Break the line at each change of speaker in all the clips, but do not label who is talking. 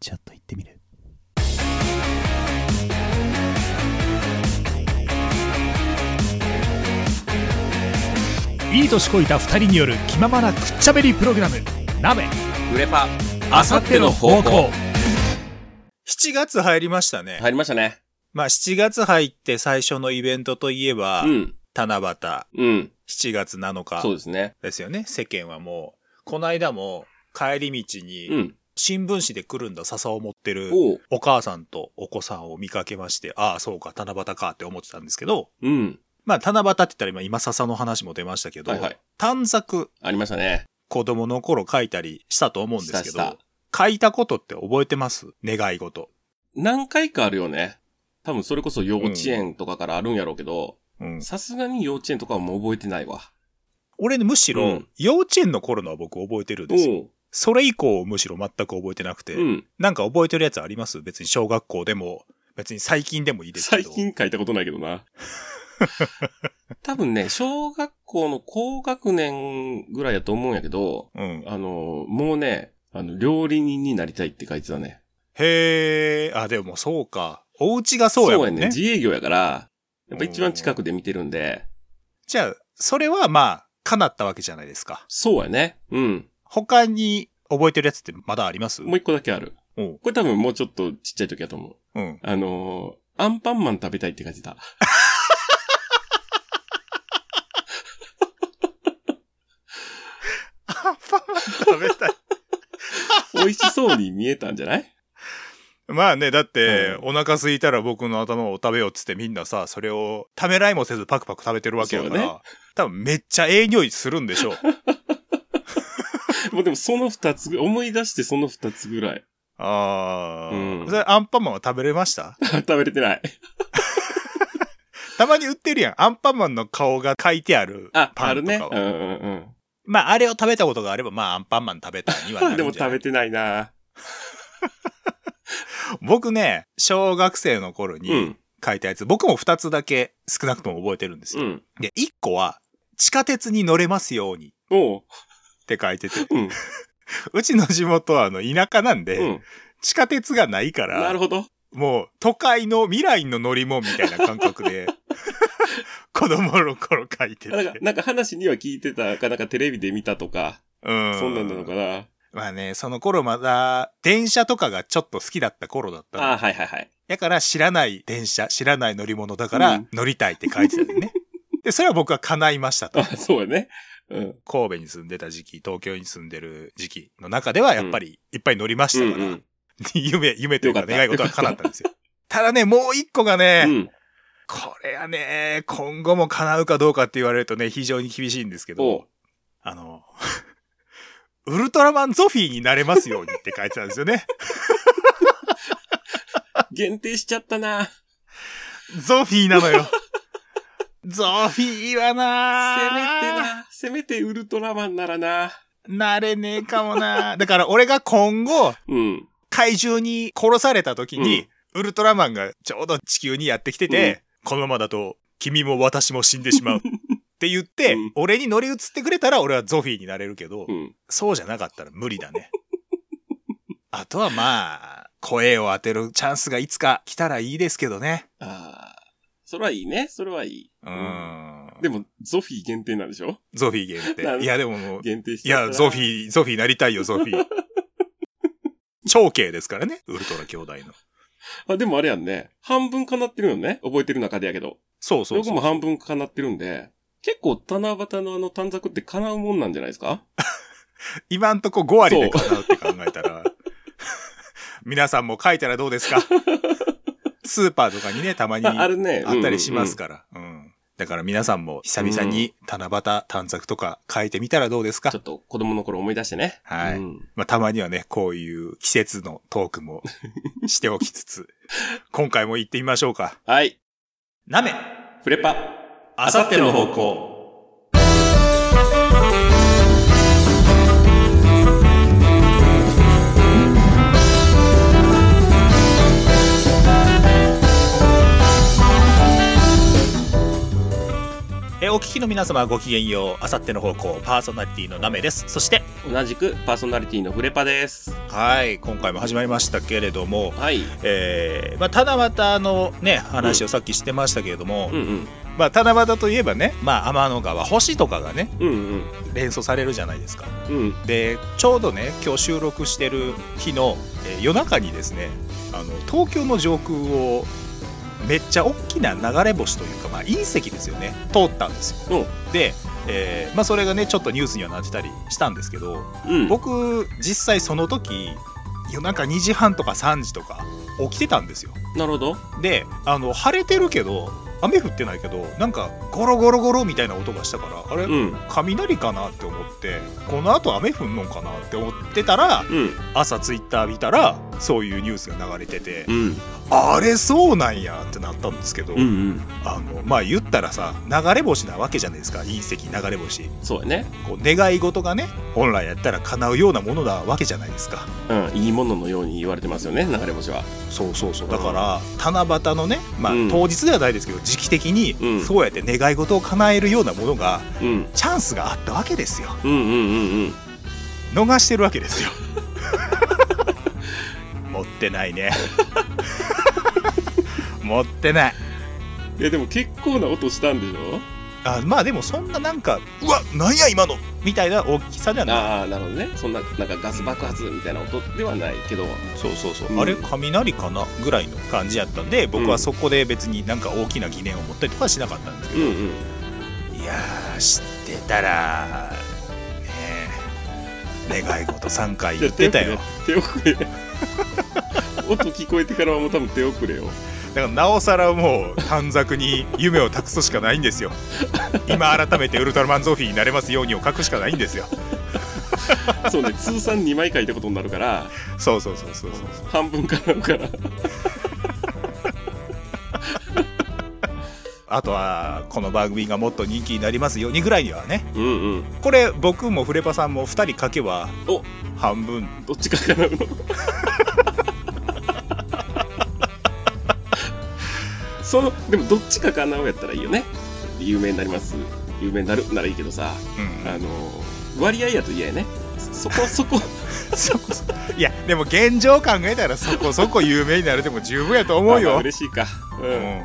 ちょっと行ってみるいい年こいた2人による気ままなくっちゃべりプログラム「鍋
売れパ
あさっての方向」
7月入りましたね。
入りましたね。
まあ7月入って最初のイベントといえば、
うん。
七夕、7
うん。
月7
そう
日
ですね。
ですよね。世間はもう、この間も帰り道
う
に
ん。
新聞紙でくるんだ笹を持ってる
おう。
お母さんとお子さんを見かけまして、ああ、そうか、七夕かって思ってたんですけど、
うん。
まあ七夕って言ったら今、今笹の話も出ましたけど、
はいはい
短冊、
ありましたね。
子供の頃書いたりしたと思うんですけ
したし
ど
た、
書いたことって覚えてます願い事。
何回かあるよね。多分それこそ幼稚園とかからあるんやろうけど、
うん。
さすがに幼稚園とかはもう覚えてないわ。
俺ね、むしろ、
うん
幼稚園の頃のは僕覚えてるんですよ。
お
それ以降むしろ全く覚えてなくて、
う。うん。
なんか覚えてるやつあります別に小学校でも、別に最近でもいいですけ
最
ど。
近書いたことないけど な。多分ね、小学校の高学年ぐらいやと思うんやけど、
うん。
あの、もうね、あの、料理人になりたいって書いてたね。
へえ、あ、でもそうか。お家がそうやもん
ね。
ね。
自営業やから、やっぱ一番近くで見てるんで、
じゃあ、それはまあ、叶ったわけじゃないですか。
そうやね。うん。
他に覚えてるやつってまだあります
もう一個だけある。
おう
これ多分もうちょっとちっちゃい時だと思う。
うん。
あのー、アンパンマン食べたいって書いてた。
アンパンマン食べたい。
美味しそうに見えたんじゃない
まあね、だって、
う
お腹空いたら僕の頭を食べようっつってみんなさ、それをためらいもせずパクパク食べてるわけやから、
そうだね
多分めっちゃええ匂いするんで しょう。
もうでもその二つぐ、思い出してその二つぐらい。
ああ、
うん
それアンパンマンは食べれました
食べれてない。
たまに売ってるやん。アンパンマンの顔が書いてある
あ、
パ
あ
ンと
る
か
ね。
は。
うんうん
まあ、あれを食べたことがあれば、まあ、アンパンマン食べたには
う。
なんる
で
ん
も
じ
食
ゃな
べ
い
てないな。
僕ね、小学生の頃
う
に
ん。
書いたやつ、僕も2つだけ少なくとも覚えてるんです
う
よ。
ん。
で、1個は、地下鉄に乗れますようにっ
おう。
て書いてて、
うん。
うちの地元はあの田舎なんで、
うん。
地下鉄がないか
なる
ら、
ほど。
もう都会の未来の乗り物みたいな感 覚で、子供の頃書いて
なんか
て、。
なんか話には聞いてたか、なんかテレビで見たとか、
うん。
そんなんなのかな。
まあね、その頃まだ、電車とかがちょっと好きだった頃だった
あ
の。
あ、はいはいはい。
だから知らない電車、知らない乗り物だか
う
ら
ん
乗りたいって書いてた のね。で、それは僕は叶いましたと
あ。そうやね。うん。
神戸に住んでた時期、東京に住んでる時期の中ではやっぱりいっぱい乗りまし
う
た
ん
から、
うん。
夢、夢というか
よかった
願い事は叶ったんですよ。ただね、もう一個がね、
うん。
これはね、今後も叶うかどうかって言われるとね、非常に厳しいんですけ
おう
ど、。あの、 ウルトラマンゾフィーになれますようにって書いてたんです よね。
限定しちゃったな。
ゾフィーなのよ。ゾフィーは
せめて
な
な。せめてウルトラマンならな。
なれねえかもなだから俺が今後、
うん。
怪獣に殺された時に、ウルトラマンがちょうど地球にやってきてて、このままだと君も私も死んでしま う。って言って、
うん
俺に乗り移ってくれたら俺はゾフィーになれるけど、
うん。
そうじゃなかったら無理だね。 あとはまあ、声を当てるチャンスがいつか来たらいいですけどね。
ああ。それはいいね。それはいい。
う
うん
ん。
でも、ゾフィー限定なんでしょ
ゾフィー限
なる
定。いやでももう、
限定し
い
ちゃった
や、ゾフ
ー。
ィー、ゾフィーなりたいよ、ゾフ ィー。長兄ですからね、ウルトラ兄弟の。
あ、でもあれやんね。半分かなってるよね。覚えてる中でやけど。
そうそう
僕
そう。
も半分かなってるんで。結構、七夕のあの短冊って叶うもんなんじゃないですか
今んとこ5割で叶うって考えたら、 皆さんも書いたらどうですかスーパーとかにね、たまに
ああ
あ
るね。
ったりしますから。うん。だから皆さんも久々に七夕短冊とか書いてみたらどうです
ら
か
ちょっと子供の頃思い出してね。
はい
うん
まあ、たまにはね、こういう季節のトークもしておきつ つ、今回も行ってみましょうか。
はい。
なめ
フレパ。
あさっての方
向。
え、お聞ききの皆様ごきげんよう。あさっての方向、パーソナリティのナメです。そして、
同じくパーソナリティのフレパです。
はい、今回も始まりましたけれども、
はい。
えー、まあ、七夕のね、話をさっきしてましたけれども、
うん
まあ、七夕といえばね、まあ、天の川、星とかがね、
うん。うん
連想されるじゃないですか。
うん。うん。
で、ちょうどね、今日収録してる日の、えー夜中にですね、あの、東京の上空を、めっちゃ大きな流れ星というか、まあ、隕石ですよね、通ったんですよ。
の、
で、えーまあ、それがねちょっとニュースにはなってたりしたんですけど
うん。
僕実際その時夜中2時半とか3時とか起きてたんですよ
なるほど。
であの晴れてるけど雨降ってないけどなんかゴロゴロゴロみたいな音がしたからあれ、
うん。
雷かなって思ってこのあと雨降んのかなって思ってたら
うん。
朝ツイッター見たらそういうニュースが流れてて、
うん。
あれそうなんやってなったんですけど、
うんうん。
あのまあ言ったらさ流れ星なわけじゃないですか隕石流れ星
そうやね。
こう願い事がね本来やったら叶うようなものなわけじゃないですか
うん。いいもののように言われてますよね、流れ星は。
そうそうそうだから七夕のね、まあ
うん
当日ではないですけど時期的に
うん
そうやって願い事を叶えるようなものが
うん。
チャンスがあったわけですよ
うんうんうんうん。
逃してるわけです よ持ってないね 持ってない
いや、でも結構な音したんでしょ
あまあでもそんななんかうわなんや今のみたいな大きさではない
ああ、なるほどね。そんな、なんかガス爆発みたいな音ではないけど。
そうそうそう、
うん
あれ雷かなぐらいの感じやったんで僕はそこで別になんか大きな疑念を持ったりとかはしなかったんですけ
うん
ど、
うん。
いやー知ってたらねえ願い事3回言ってたよ
手遅れ。手 遅れ。音聞こえてからはもう多分手遅れよ。
だからなおさらもう短冊に夢を託すしかないんですよ今改めてウルトラマンゾフィーになれますようにを書くしかないんですよ
そうね、通算2枚書いたことになるから、
そうそうそうそうそう
半分かなるから。
あとはこの番組がもっと人気になりますようにぐらいにはね
うんうん。
これ僕もフレパさんも2人書けば
お
半分
どっちかかなるのそのでもどっちかかなうやったらいいよね有名になります有名になるならいいけどさ
うん
あの割合やと嫌やねそそこそこ
そこそこいやでも現状考えたらそこそこ有名になれても十分やと思
まあ
う
まあ
よ。
嬉しいかう、
うんん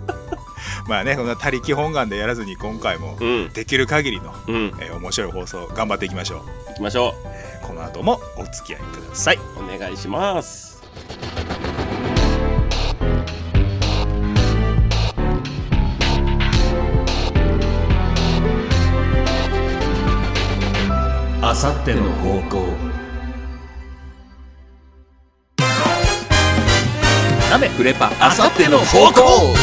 まあねこんな他力本願でやらずに今回も
うん
できる限りの、
うん、行
えー面白い放送頑張っていきましょう。
きましょ
えーこの後もお付き合いください。
うお願いします
あさっての方向なめ
フレパあ
さっての方向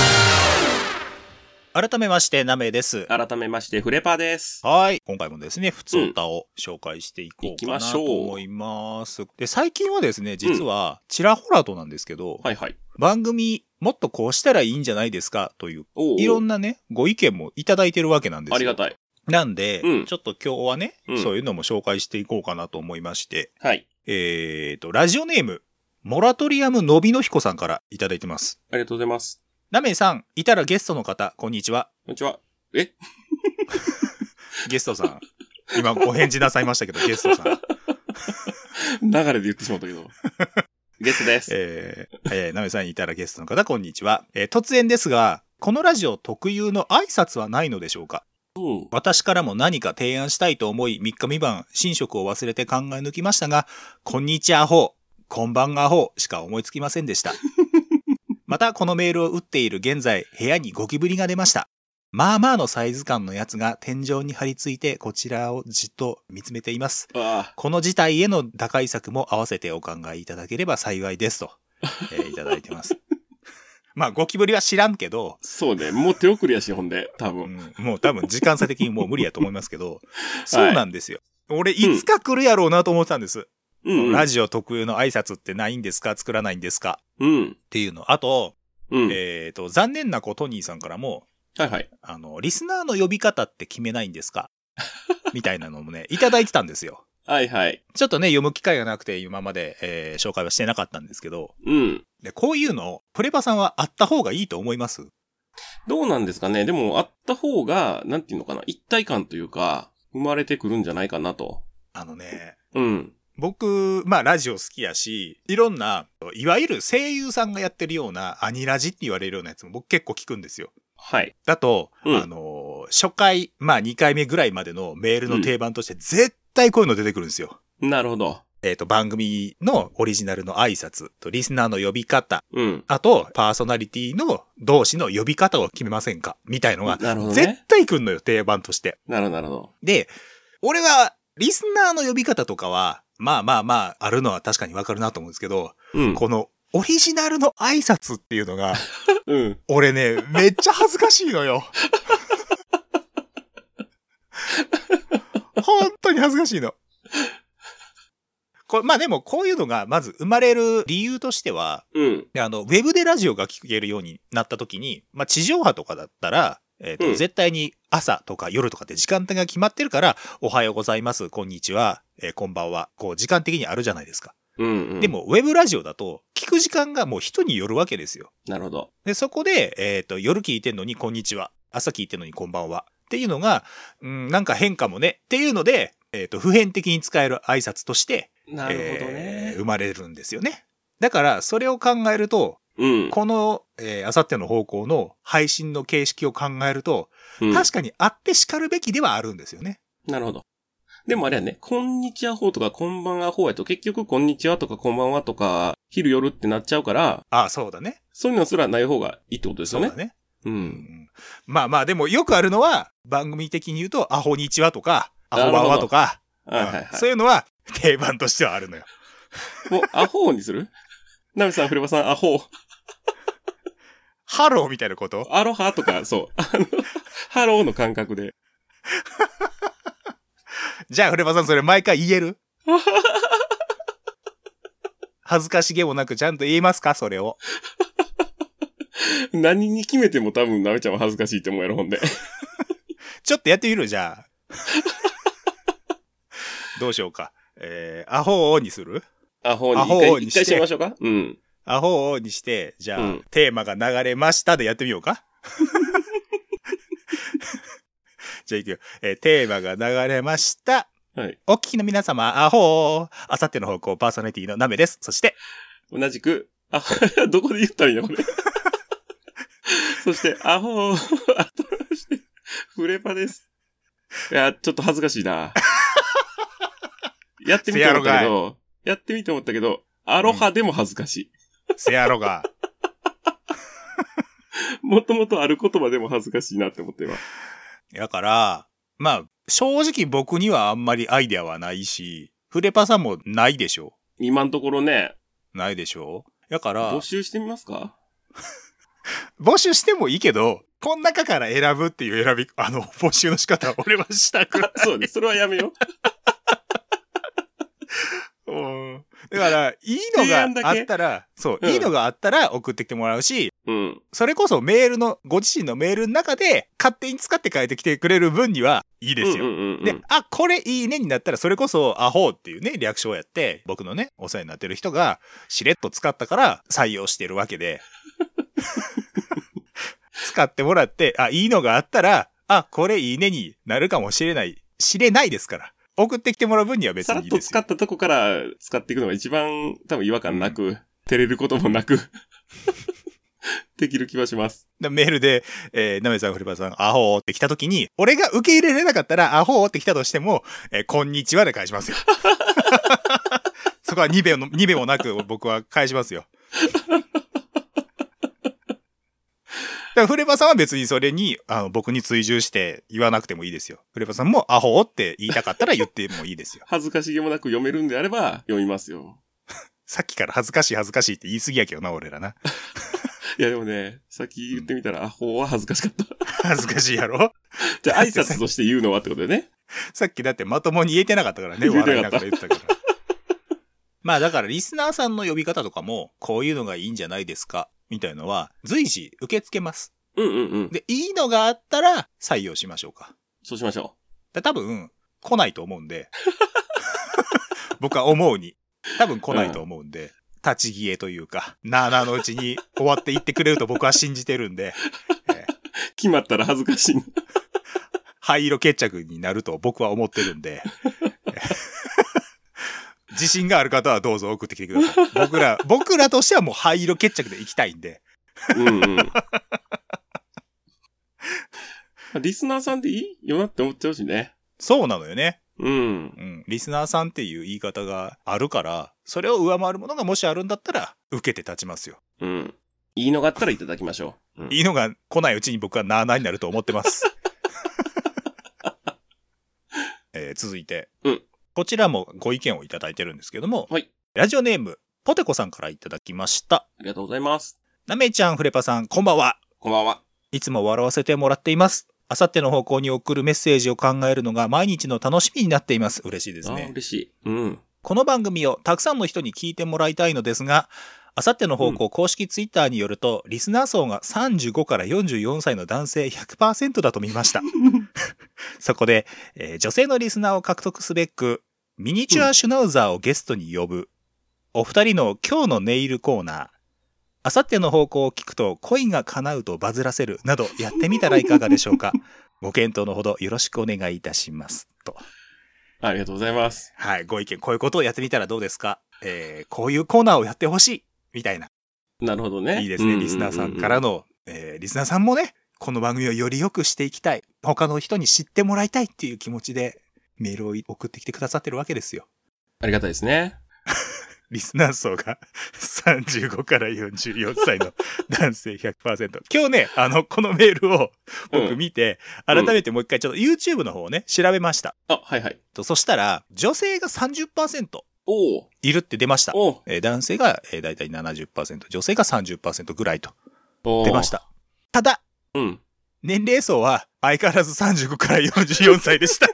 改めましてなめです。
改めましてフレパです
はい。今回もですね、普通歌を紹介していこうかな
行きましょう
と思います。で、最近はですね、実は、ちらほらとなんですけど、
はいはい
番組、もっとこうしたらいいんじゃないですかという、
お
いろ
なん
なね、ご意見もいただいてるわけなんですよ。
ありがたい
なんで、
うん
ちょっと今日はね、
うん
そういうのも紹介していこうかなと思いまして、
はい
えーと、ラジオネーム、モラトリアムのびのひこさんからいただいてます。
ありがとうございます
なめさん、いたらゲストの方、こんにちは。
こんにちは
ゲストさ ん。今、お返事なさいましたけど、ゲストさん。
流れで言ってしまったけ どゲストです
えー、えー、なめさんにいたらゲストの方、こんにちは。えー、突然ですが、このラジオ特有の挨拶はないのでしょうか
うん
私からも何か提案したいと思い、3日3晩、寝食を忘れて考え抜きましたが、こんにちはアホ、こんばんアホしか思いつきませんでした。 また、このメールを打っている現在、部屋にゴキブリが出ました。まあまあのサイズ感のやつが天井に張り付いて、こちらをじっと見つめています。
あ
この事態への打開策も合わせてお考えいただければ幸いですと、えーいただいてます。まあ、ゴキブリは知らんけど、
そうね。もう手遅れやし、ほんで、多
う
分。
んもう多分時間差的にもう無理やと思いますけど、そうなんですよ。俺、いつか来るやろうなと思ってたんです。
うん、うん。
ラジオ特有の挨拶ってないんですか作らないんですか
うん。
っていうの。あと、
うん。
えっ、と、残念な子トニーさんからも、
はいはい。
あの、リスナーの呼び方って決めないんで すかみたいなのもね、いただいてたんですよ。
はいはい。
ちょっとね、読む機会がなくて、今まで、えー紹介はしてなかったんですけど、
うん。
で、こういうの、プレパさんはあった方がいいと思います
どうなんですかねでも、あった方が、なんていうのかな一体感というか、生まれてくるんじゃないかなと。
あのね、
うん。
僕、まあラジオ好きやし、いろんな、いわゆる声優さんがやってるようなアニラジって言われるようなやつも僕結構聞くんですよ。
はい。
だと、
うん
あの、初回、まあ2回目ぐらいまでのメールの定番として絶対こういうの出てくるんですよ。
なるほど。
えっ、と、番組のオリジナルの挨拶とリスナーの呼び方、
うん。
あと、パーソナリティの同士の呼び方を決めませんかみたいのが、
なるほど
絶
ね。
対来んのよ、定番として。
なるほど、なるほど。
で、俺は、リスナーの呼び方とかは、まあまあまあ、あるのは確かにわかるなと思うんですけど、
うん。
この、オリジナルの挨拶っていうのが、
うん。
俺ね、めっちゃ恥ずかしいのよ。本当に恥ずかしいの。これ、まあでも、こういうのが、まず生まれる理由としては、
うん。
であの、ウェブでラジオが聞けるようになった時に、まあ、地上波とかだったら、えっ、と、
うん
絶対に朝とか夜とかって時間帯が決まってるから、おはようございます、こんにちは、えーこんばんは、こう、時間的にあるじゃないですか。
うん、うん。
で、も、ウェブラジオだと、聞く時間がもう人によるわけですよ。
なるほど。
で、そこで、えっ、と、夜聞いてんのに、こんにちは、朝聞いてんのに、こんばんは、っていうのが、うん、なんか変かもね、っていうので、えっ、と、普遍的に使える挨拶として、
なるほどね
えー。生まれるんですよね。だから、それを考えると、
うん。
この、えー、あさっての方向の配信の形式を考えると、
うん
確かにあって叱るべきではあるんですよね。
なるほど。でもあれやね、こんにちはほうとかこんばんはほうやと結局こんにちはとかこんばんはとか昼夜ってなっちゃうから、
ああ、そうだね。
そういうのすらない方がいいってことです
そ
よ
う
ね
だ。ね。
う。
うんん、まあまあ、でもよくあるのは、番組的に言うと、アホにちはとか、アホばんはとか、
はいはいはい
うん。そういうのは定番としてはあるのよ。
もう、アホにするナミさん、フレバさん、アホ。
ハローみたいなこと
アロハとか、 そう。あの、ハローの感覚で。
じゃあ、フレバさんそれ毎回言え る恥ずかしげもなくちゃんと言えますかそれを。
何に決めても多分、ナミちゃんは恥ずかしいって思うやろ、ほん で。
ちょっとやってみるじ ゃあ。どうしようか。えー、アホ王にする
アホに。
アホ
一
に
回、
し
一
て
回しましょうかうん。
アホ王にして、じゃあ、
うん
テーマが流れましたでやってみよう か。じゃあ行くよ。えーテーマが流れました。
はい。
お聞きの皆様、アホ王あさっての方向パーソナリティのナメです。そして、
同じく、あ、 どこで言ったらいいの これ。そして、アホー、あとそして、フレパです。いや、ちょっと恥ずかしい な。やってみて思った
せ
け
や
ど、やってみて思ったけど、アロハでも恥ずかし
せや ろが。
い。もともとある言葉でも恥ずかしいなって思って今。
だから、まあ、正直僕にはあんまりアイデアはないし、フレパさんもないでしょ
今のところね、
ないでしょだから、
募集してみますか
募集してもいいけど、この中から選ぶっていう選び、あの、 募集の仕方は俺はしたくない。
そうです。それはやめよう。
うんだから、いいの
提案だ
が
け
あったら、そう、
うん
いいのがあったら送ってきてもらうし、
うん。
それこそメールの、ご自身のメールの中で勝手に使って変えてきてくれる分にはいいですよ。
うんうんうんうん
で、あ、これいいねになったら、それこそ、アホっていうね、略称をやって、僕のね、お世話になってる人が、しれっと使ったから採用してるわけで、 使ってもらって、あ、いいのがあったら、あ、これいいねになるかもしれない、知れないですから。送ってきてもらう分には別
さら
に
っ
いい
と
です
使
よ。
ったとこから使っていくのが一番多分違和感なく、照れることもなく、 できる気はします。
でメールで、えー、なめさん、フリバさん、アホって来た時に、俺が受け入れられなかったら、アホって来たとしても、えーこんにちはで返しますよ。 そこは2秒の、2秒もなく僕は返しますよ。だからフレバさんは別にそれに、あの、僕に追従して言わなくてもいいですよ。フレバさんもアホって言いたかったら言ってもいいですよ。
恥ずかしげもなく読めるんであれば読みますよ。
さっきから恥ずかしい恥ずかしいって言い過ぎやけどな、俺らな。
いやでもね、さっき言ってみたら、アホは恥ずかしかった。
恥ずかしいやろ
じゃあ挨拶として言うのはってことでね。
さっきだってまともに言えてなかったからね、
言えて
笑い
な
な
か
が
っ
ら言ってたから。 まあだからリスナーさんの呼び方とかも、こういうのがいいんじゃないですか、みたいのは随時受け付けます。
うんうんうん。
で、いいのがあったら採用しましょうか。
そうしましょ
で多分、 来ないと思うんで。僕は思うに。多分来ないと思うんで。立ち消えというか、なあなあのうちに終わっていってくれると僕は信じてるんで、
決まったら恥ずかしい な。
灰色決着になると僕は思ってるんで。 自信がある方はどうぞ送ってきてください。僕ら、僕らとしてはもう灰色決着でいきたいんで。
うんうん。リスナーさんで いいよなって思っちゃうしね。
そうなのよね。
うん。
うん。リスナーさんっていう言い方があるから、それを上回るものがもしあるんだったら、受けて立ちますよ。
うん。言いのがあったらいただきましょう。うん
いいのが来ないうちに僕はなあなあになると思っ てます。えー続いて、
うん
こちらもご意見をいただいてるんですけども、
はい
ラジオネーム、ポテコさんからいただきました。
ありがとうございます。
なめちゃん、フレパさん、こんばんは。
こんばんは。
いつも笑わせてもらっています。あさっての方向に送るメッセージを考えるのが毎日の楽しみになっています。嬉しいです
ああ、
ね。
嬉しい。うん。
この番組をたくさんの人に聞いてもらいたいのですが、あさっての方向公式ツイッターによると、リスナー層が35から44歳の男性100%だと見ました。そこで、えー女性のリスナーを獲得すべく、ミニチュアシュナウザーをゲストに呼ぶ、お二人の今日のネイルコーナー、あさっての方向を聞くと恋が叶うとバズらせるなどやってみたらいかがでしょうか。ご検討のほどよろしくお願いいたします。と。
ありがとうございます。
はい、ご意見、こういうことをやってみたらどうですかえー、こういうコーナーをやってほしいみたいな。
なるほどね。
いいですね、
うん
リスナーさんから。の、えー、リスナーさんもね、この番組をより良くしていきたい。他の人に知ってもらいたいっていう気持ちで、メールを送ってきてくださってるわけですよ。
ありがたいですね。
リスナー層が 35から44歳の男性100%。今日ね、あの、このメールを
う
僕
ん
見て、
うん
改めてもう一回ちょっと YouTube の方をね、調べました。
あ、はいはい。
とそしたら、女性が30%
おお
いるって出ました。
おう
えー男性が、えー、大体70%、女性が30%ぐらいと
おう
出まし。た。ただ、
うん。
年齢層は相変わらず35から44歳 でした。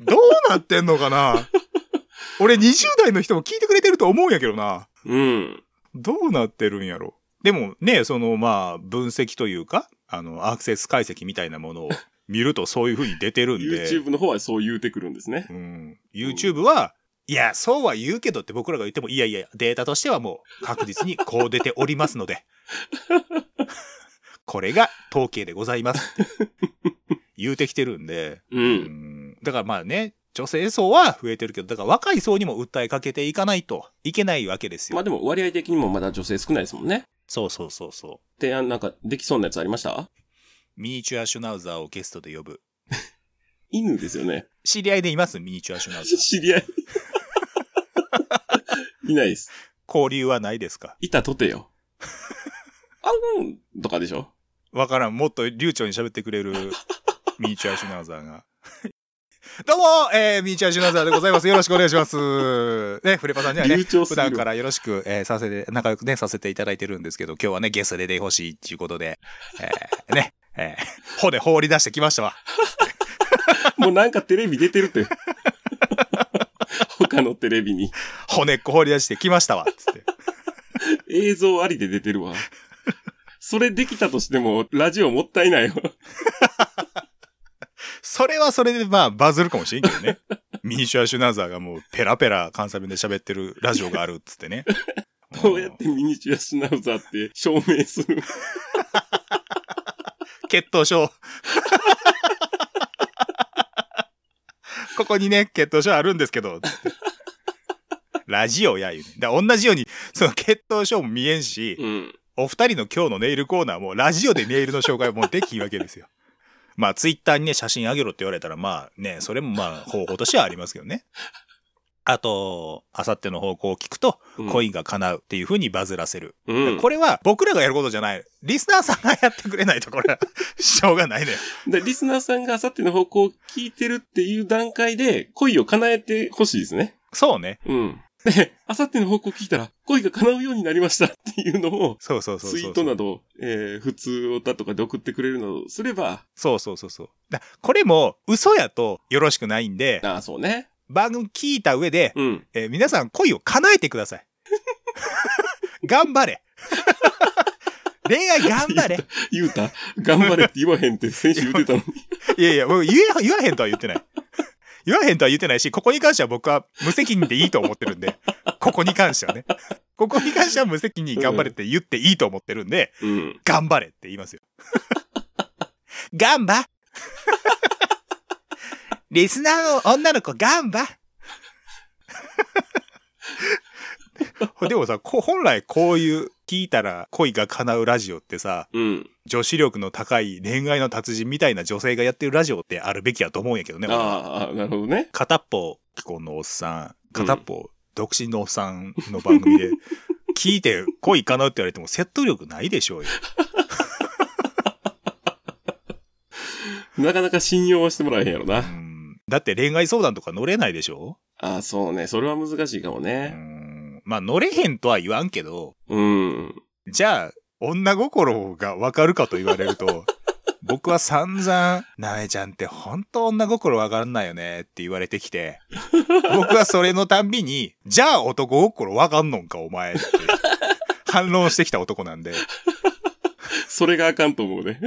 どうなってんのかな俺20代の人も聞いてくれてると思うんやけどな。
うん。
どうなってるんやろ。でもね、そのまあ分析というか、あのアクセス解析みたいなものを見るとそういう風に出てるんで。
YouTube の方はそう言うてくるんですね。
うん、YouTube は、いや、そうは言うけどって僕らが言っても、いやいや、データとしてはもう確実にこう出ておりますので、これが統計でございますって言うてきてるんで、
う。
うんん、だからまあね、女性層は増えてるけど、だから若い層にも訴えかけていかないといけないわけですよ。
まあでも割合的にもまだ女性少ないですもんね。
そうそうそうそう。
提案なんかできそうなやつありました
ミニチュアシュナウザーをゲストで呼ぶ。
犬ですよ ね。
知り合いでいますミニチュアシュナウザー。
知り合い。 いないです。
交流はないですか
いたとて よ。あんとかでしょ
わからん。もっと流暢に喋ってく れるミニチュアシュナウザーが。 どうも、えー、ミニチュアシュナウザーでございます。よろしくお願いします。ね、フレパさんにはね
流、暢すぎ
普段
る
からよろしく、えーさせて、仲良くね、させていただいてるんですけど、今日はね、ゲストで出てほしいっていうことで、えー、ね、えー、骨放り出してきましたわ。
もうなんかテレビ出てるって。 他のテレビに。
骨っこ放り出してきましたわ。つって。
映像ありで出てるわ。それできたとしても、ラジオもったいないわ。。
それはそれで、まあ、バズるかもしれんけどね。ミニチュアシュナウザーがもう、ペラペラ関西弁で喋ってるラジオがあるっつってね
どうやってミニチュアシュナウザーって証明する
血糖症。ここにね、血糖症あるんですけど、つってラジオや言うね。だから同じように、その血糖症も見えんし、
うん。
お二人の今日のネイルコーナーも、ラジオでネイルの紹介もできんわけですよ。まあ、ツイッターにね、写真あげろって言われたら、まあね、それもまあ、方法としてはありますけどね。あと、あさっての方向を聞くと、
うん
恋が叶うっていう風にバズらせる。
うん。
これは僕らがやることじゃない。リスナーさんがやってくれないとこれは しょうがないね。
で、リスナーさんがあさっての方向を聞いてるっていう段階で、恋を叶えてほしいですね。
そうね。
うん。で、あさっての方向を聞いたら、恋が叶うようになりましたっていうのを、
そうそうそうそう
ツ
そう。
イートなど、えー、普通をだとかで送ってくれるなどすれば、
そうそうそうそう。だこれも嘘やとよろしくないんで、
ああ、そうね。
番組聞いた上で、
うん。
えー皆さん恋を叶えてください。 頑張れ。 恋愛頑 張れ。
言うた、頑張れって言わへんって先週言ってたのに。
いやいや、僕言え、言わへんとは言ってない。言わへんとは言ってないし、ここに関しては僕は無責任でいいと思ってるんで、ここに関してはね。ここに関しては無責任に頑張れって言っていいと思ってるんで、
うん。
頑張れって言いますよ。頑張リスナーの女の子頑張でもさ、こ本来こういう聞いたら恋が叶うラジオってさ、
うん。
女子力の高い恋愛の達人みたいな女性がやってるラジオってあるべきやと思うんやけどね。俺は
ああ、なるほどね。
片っぽ既婚のおっさん、片っぽ独身のおっさんの番組で、聞いて恋かなって言われても説得力ないでしょうよ。
なかなか信用はしてもらえへんやろ
う
な。
んだって恋愛相談とか乗れないでしょ
ああ、そうね。それは難しいかも
う
ね。
んまあ乗れへんとは言わんけど、
うん。
じゃあ女心がわかるかと言われると、僕は散々、なめちゃんって本当女心わかんないよねって言われてきて、僕はそれのたんびに、じゃあ男心わかんのんかお前って反論してきた男なんで。
それがあかんと思うね。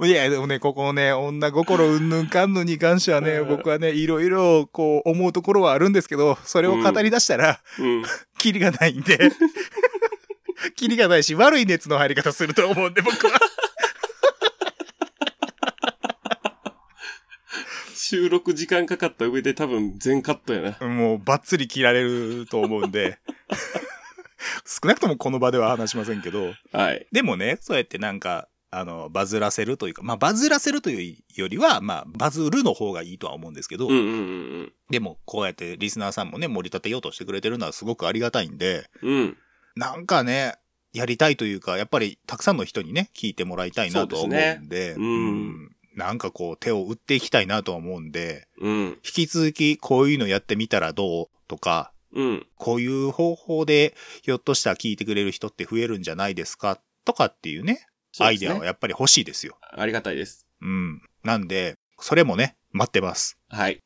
いや、でもね、ここね、女心うんぬんかんぬんに関してはね、僕はね、いろいろこう思うところはあるんですけど、それを語り出したら、
うん。
キリがないんで、 キリがないし、悪い熱の入り方すると思うんで、僕は。
収録時間かかった上で多分全カットやな。
もう、ばっつり切られると思うんで、 少なくともこの場では話しませんけど、
はい。
でもね、そうやってなんか、あの、バズらせるというか、まあ、バズらせるというよりは、まあ、バズるの方がいいとは思うんですけど、
うんうんうん
でも、こうやってリスナーさんもね、盛り立てようとしてくれてるのはすごくありがたいんで、
うん。うん。
なんかね、やりたいというか、やっぱりたくさんの人にね、聞いてもらいたいなとは思うんで、
そうですねうん
んなんかこう手を打っていきたいなとは思うんで、
うん。
引き続きこういうのやってみたらどうとか、
うん。
こういう方法でひょっとしたら聞いてくれる人って増えるんじゃないですかとかっていうね、
そう
ア
で
イ
す
デ
ね
アはやっぱり欲しいですよ。
ありがたいです。
うん。なんで、それもね、待ってます。
はい。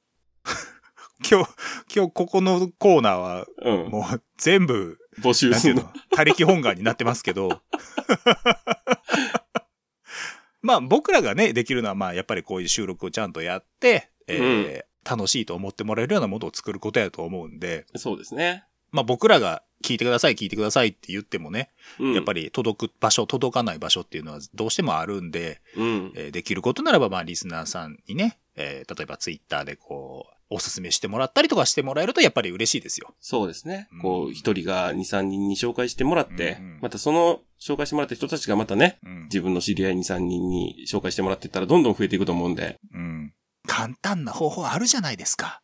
今日、今日ここのコーナーは
うん。
もう全部、
募集
なん
す
ていう
る
の
の。
他力本願になってますけど。 まあ僕らがね、できるのはまあやっぱりこういう収録をちゃんとやって、えー楽しいと思ってもらえるようなものを作ることやと思うんで、
そうですね。
まあ僕らが聞いてください、聞いてくださいって言ってもね、
うん。
やっぱり届く場所、届かない場所っていうのはどうしてもあるんで、
り。うん。
えーできることならばまあリスナーさんにね、えー例えばツイッターでこう、おすすめしてもらったりとかしてもらえるとやっぱり嬉しいですよ。
そうですね
うん。
こう、一人が二、三人に紹介してもらって、
うんうん
またその紹介してもらった人たちがまたね、
うん
自分の知り合いに三人に紹介してもらっていったらどんどん増えていくと思うんで。
うん。簡単な方法あるじゃないですか。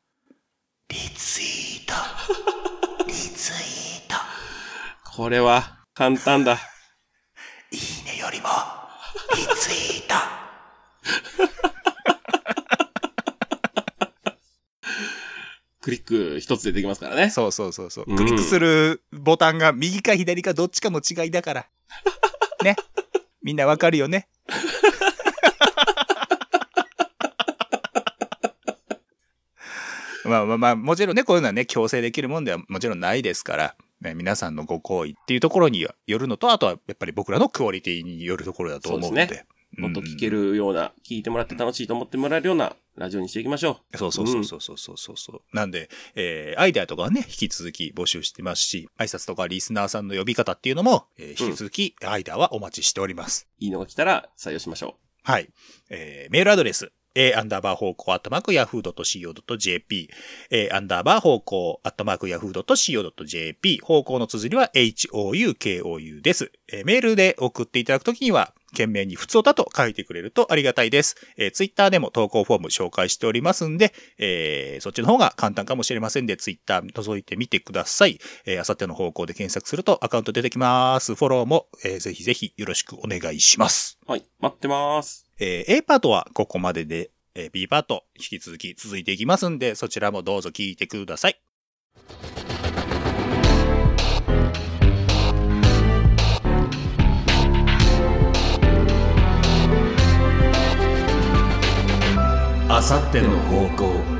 リツイート。リツイート。
これは、簡単だ。
いいねよりも、リツイート。
クリック一つでできますからね。
そうそうそうそうう。
ん
クリックするボタンが右か左かどっちかの違いだから。 ね。みんなわかるよね。まあまあまあ、もちろんね、こういうのはね、強制できるもんではもちろんないですから、ね、皆さんのご好意っていうところによるのと、あとはやっぱり僕らのクオリティによるところだと思うの
そ
で。
うで
うん
もっと聞けるような、聞いてもらって楽しいと思ってもらえるようなラジオにしていきましょ
そうそうそうそうそうそうそうそう、なんで、えーアイデアとかはね、引き続き募集してますし、挨拶とかリスナーさんの呼び方っていうのも、えー
うん
引き続きアイデアはお待ちしております。
う。いいのが来たら採用しましょ
はい。えーメールアドレス、a アンダーバー方向アットマーク yahoo.co.jp、a アンダーバー方向アットマーク yahoo.co.jp、方向の綴りは houkou です。えーメールで送っていただくときには、懸命に普通だと書いてくれるとありがたいです。えー、ツイッターでも投稿フォーム紹介しておりますんで、えーそっちの方が簡単かもしれませんで、ツイッター覗いてみてください。えー、あさっての方向で検索するとアカウント出てきます。フォローも、えーぜひぜひよろしくお願いします。
う。はい。待ってます。
えー A パートはここまでで、えー B パート引き続き続いていきますんで、そちらもどうぞ聞いてください。あさっての方向。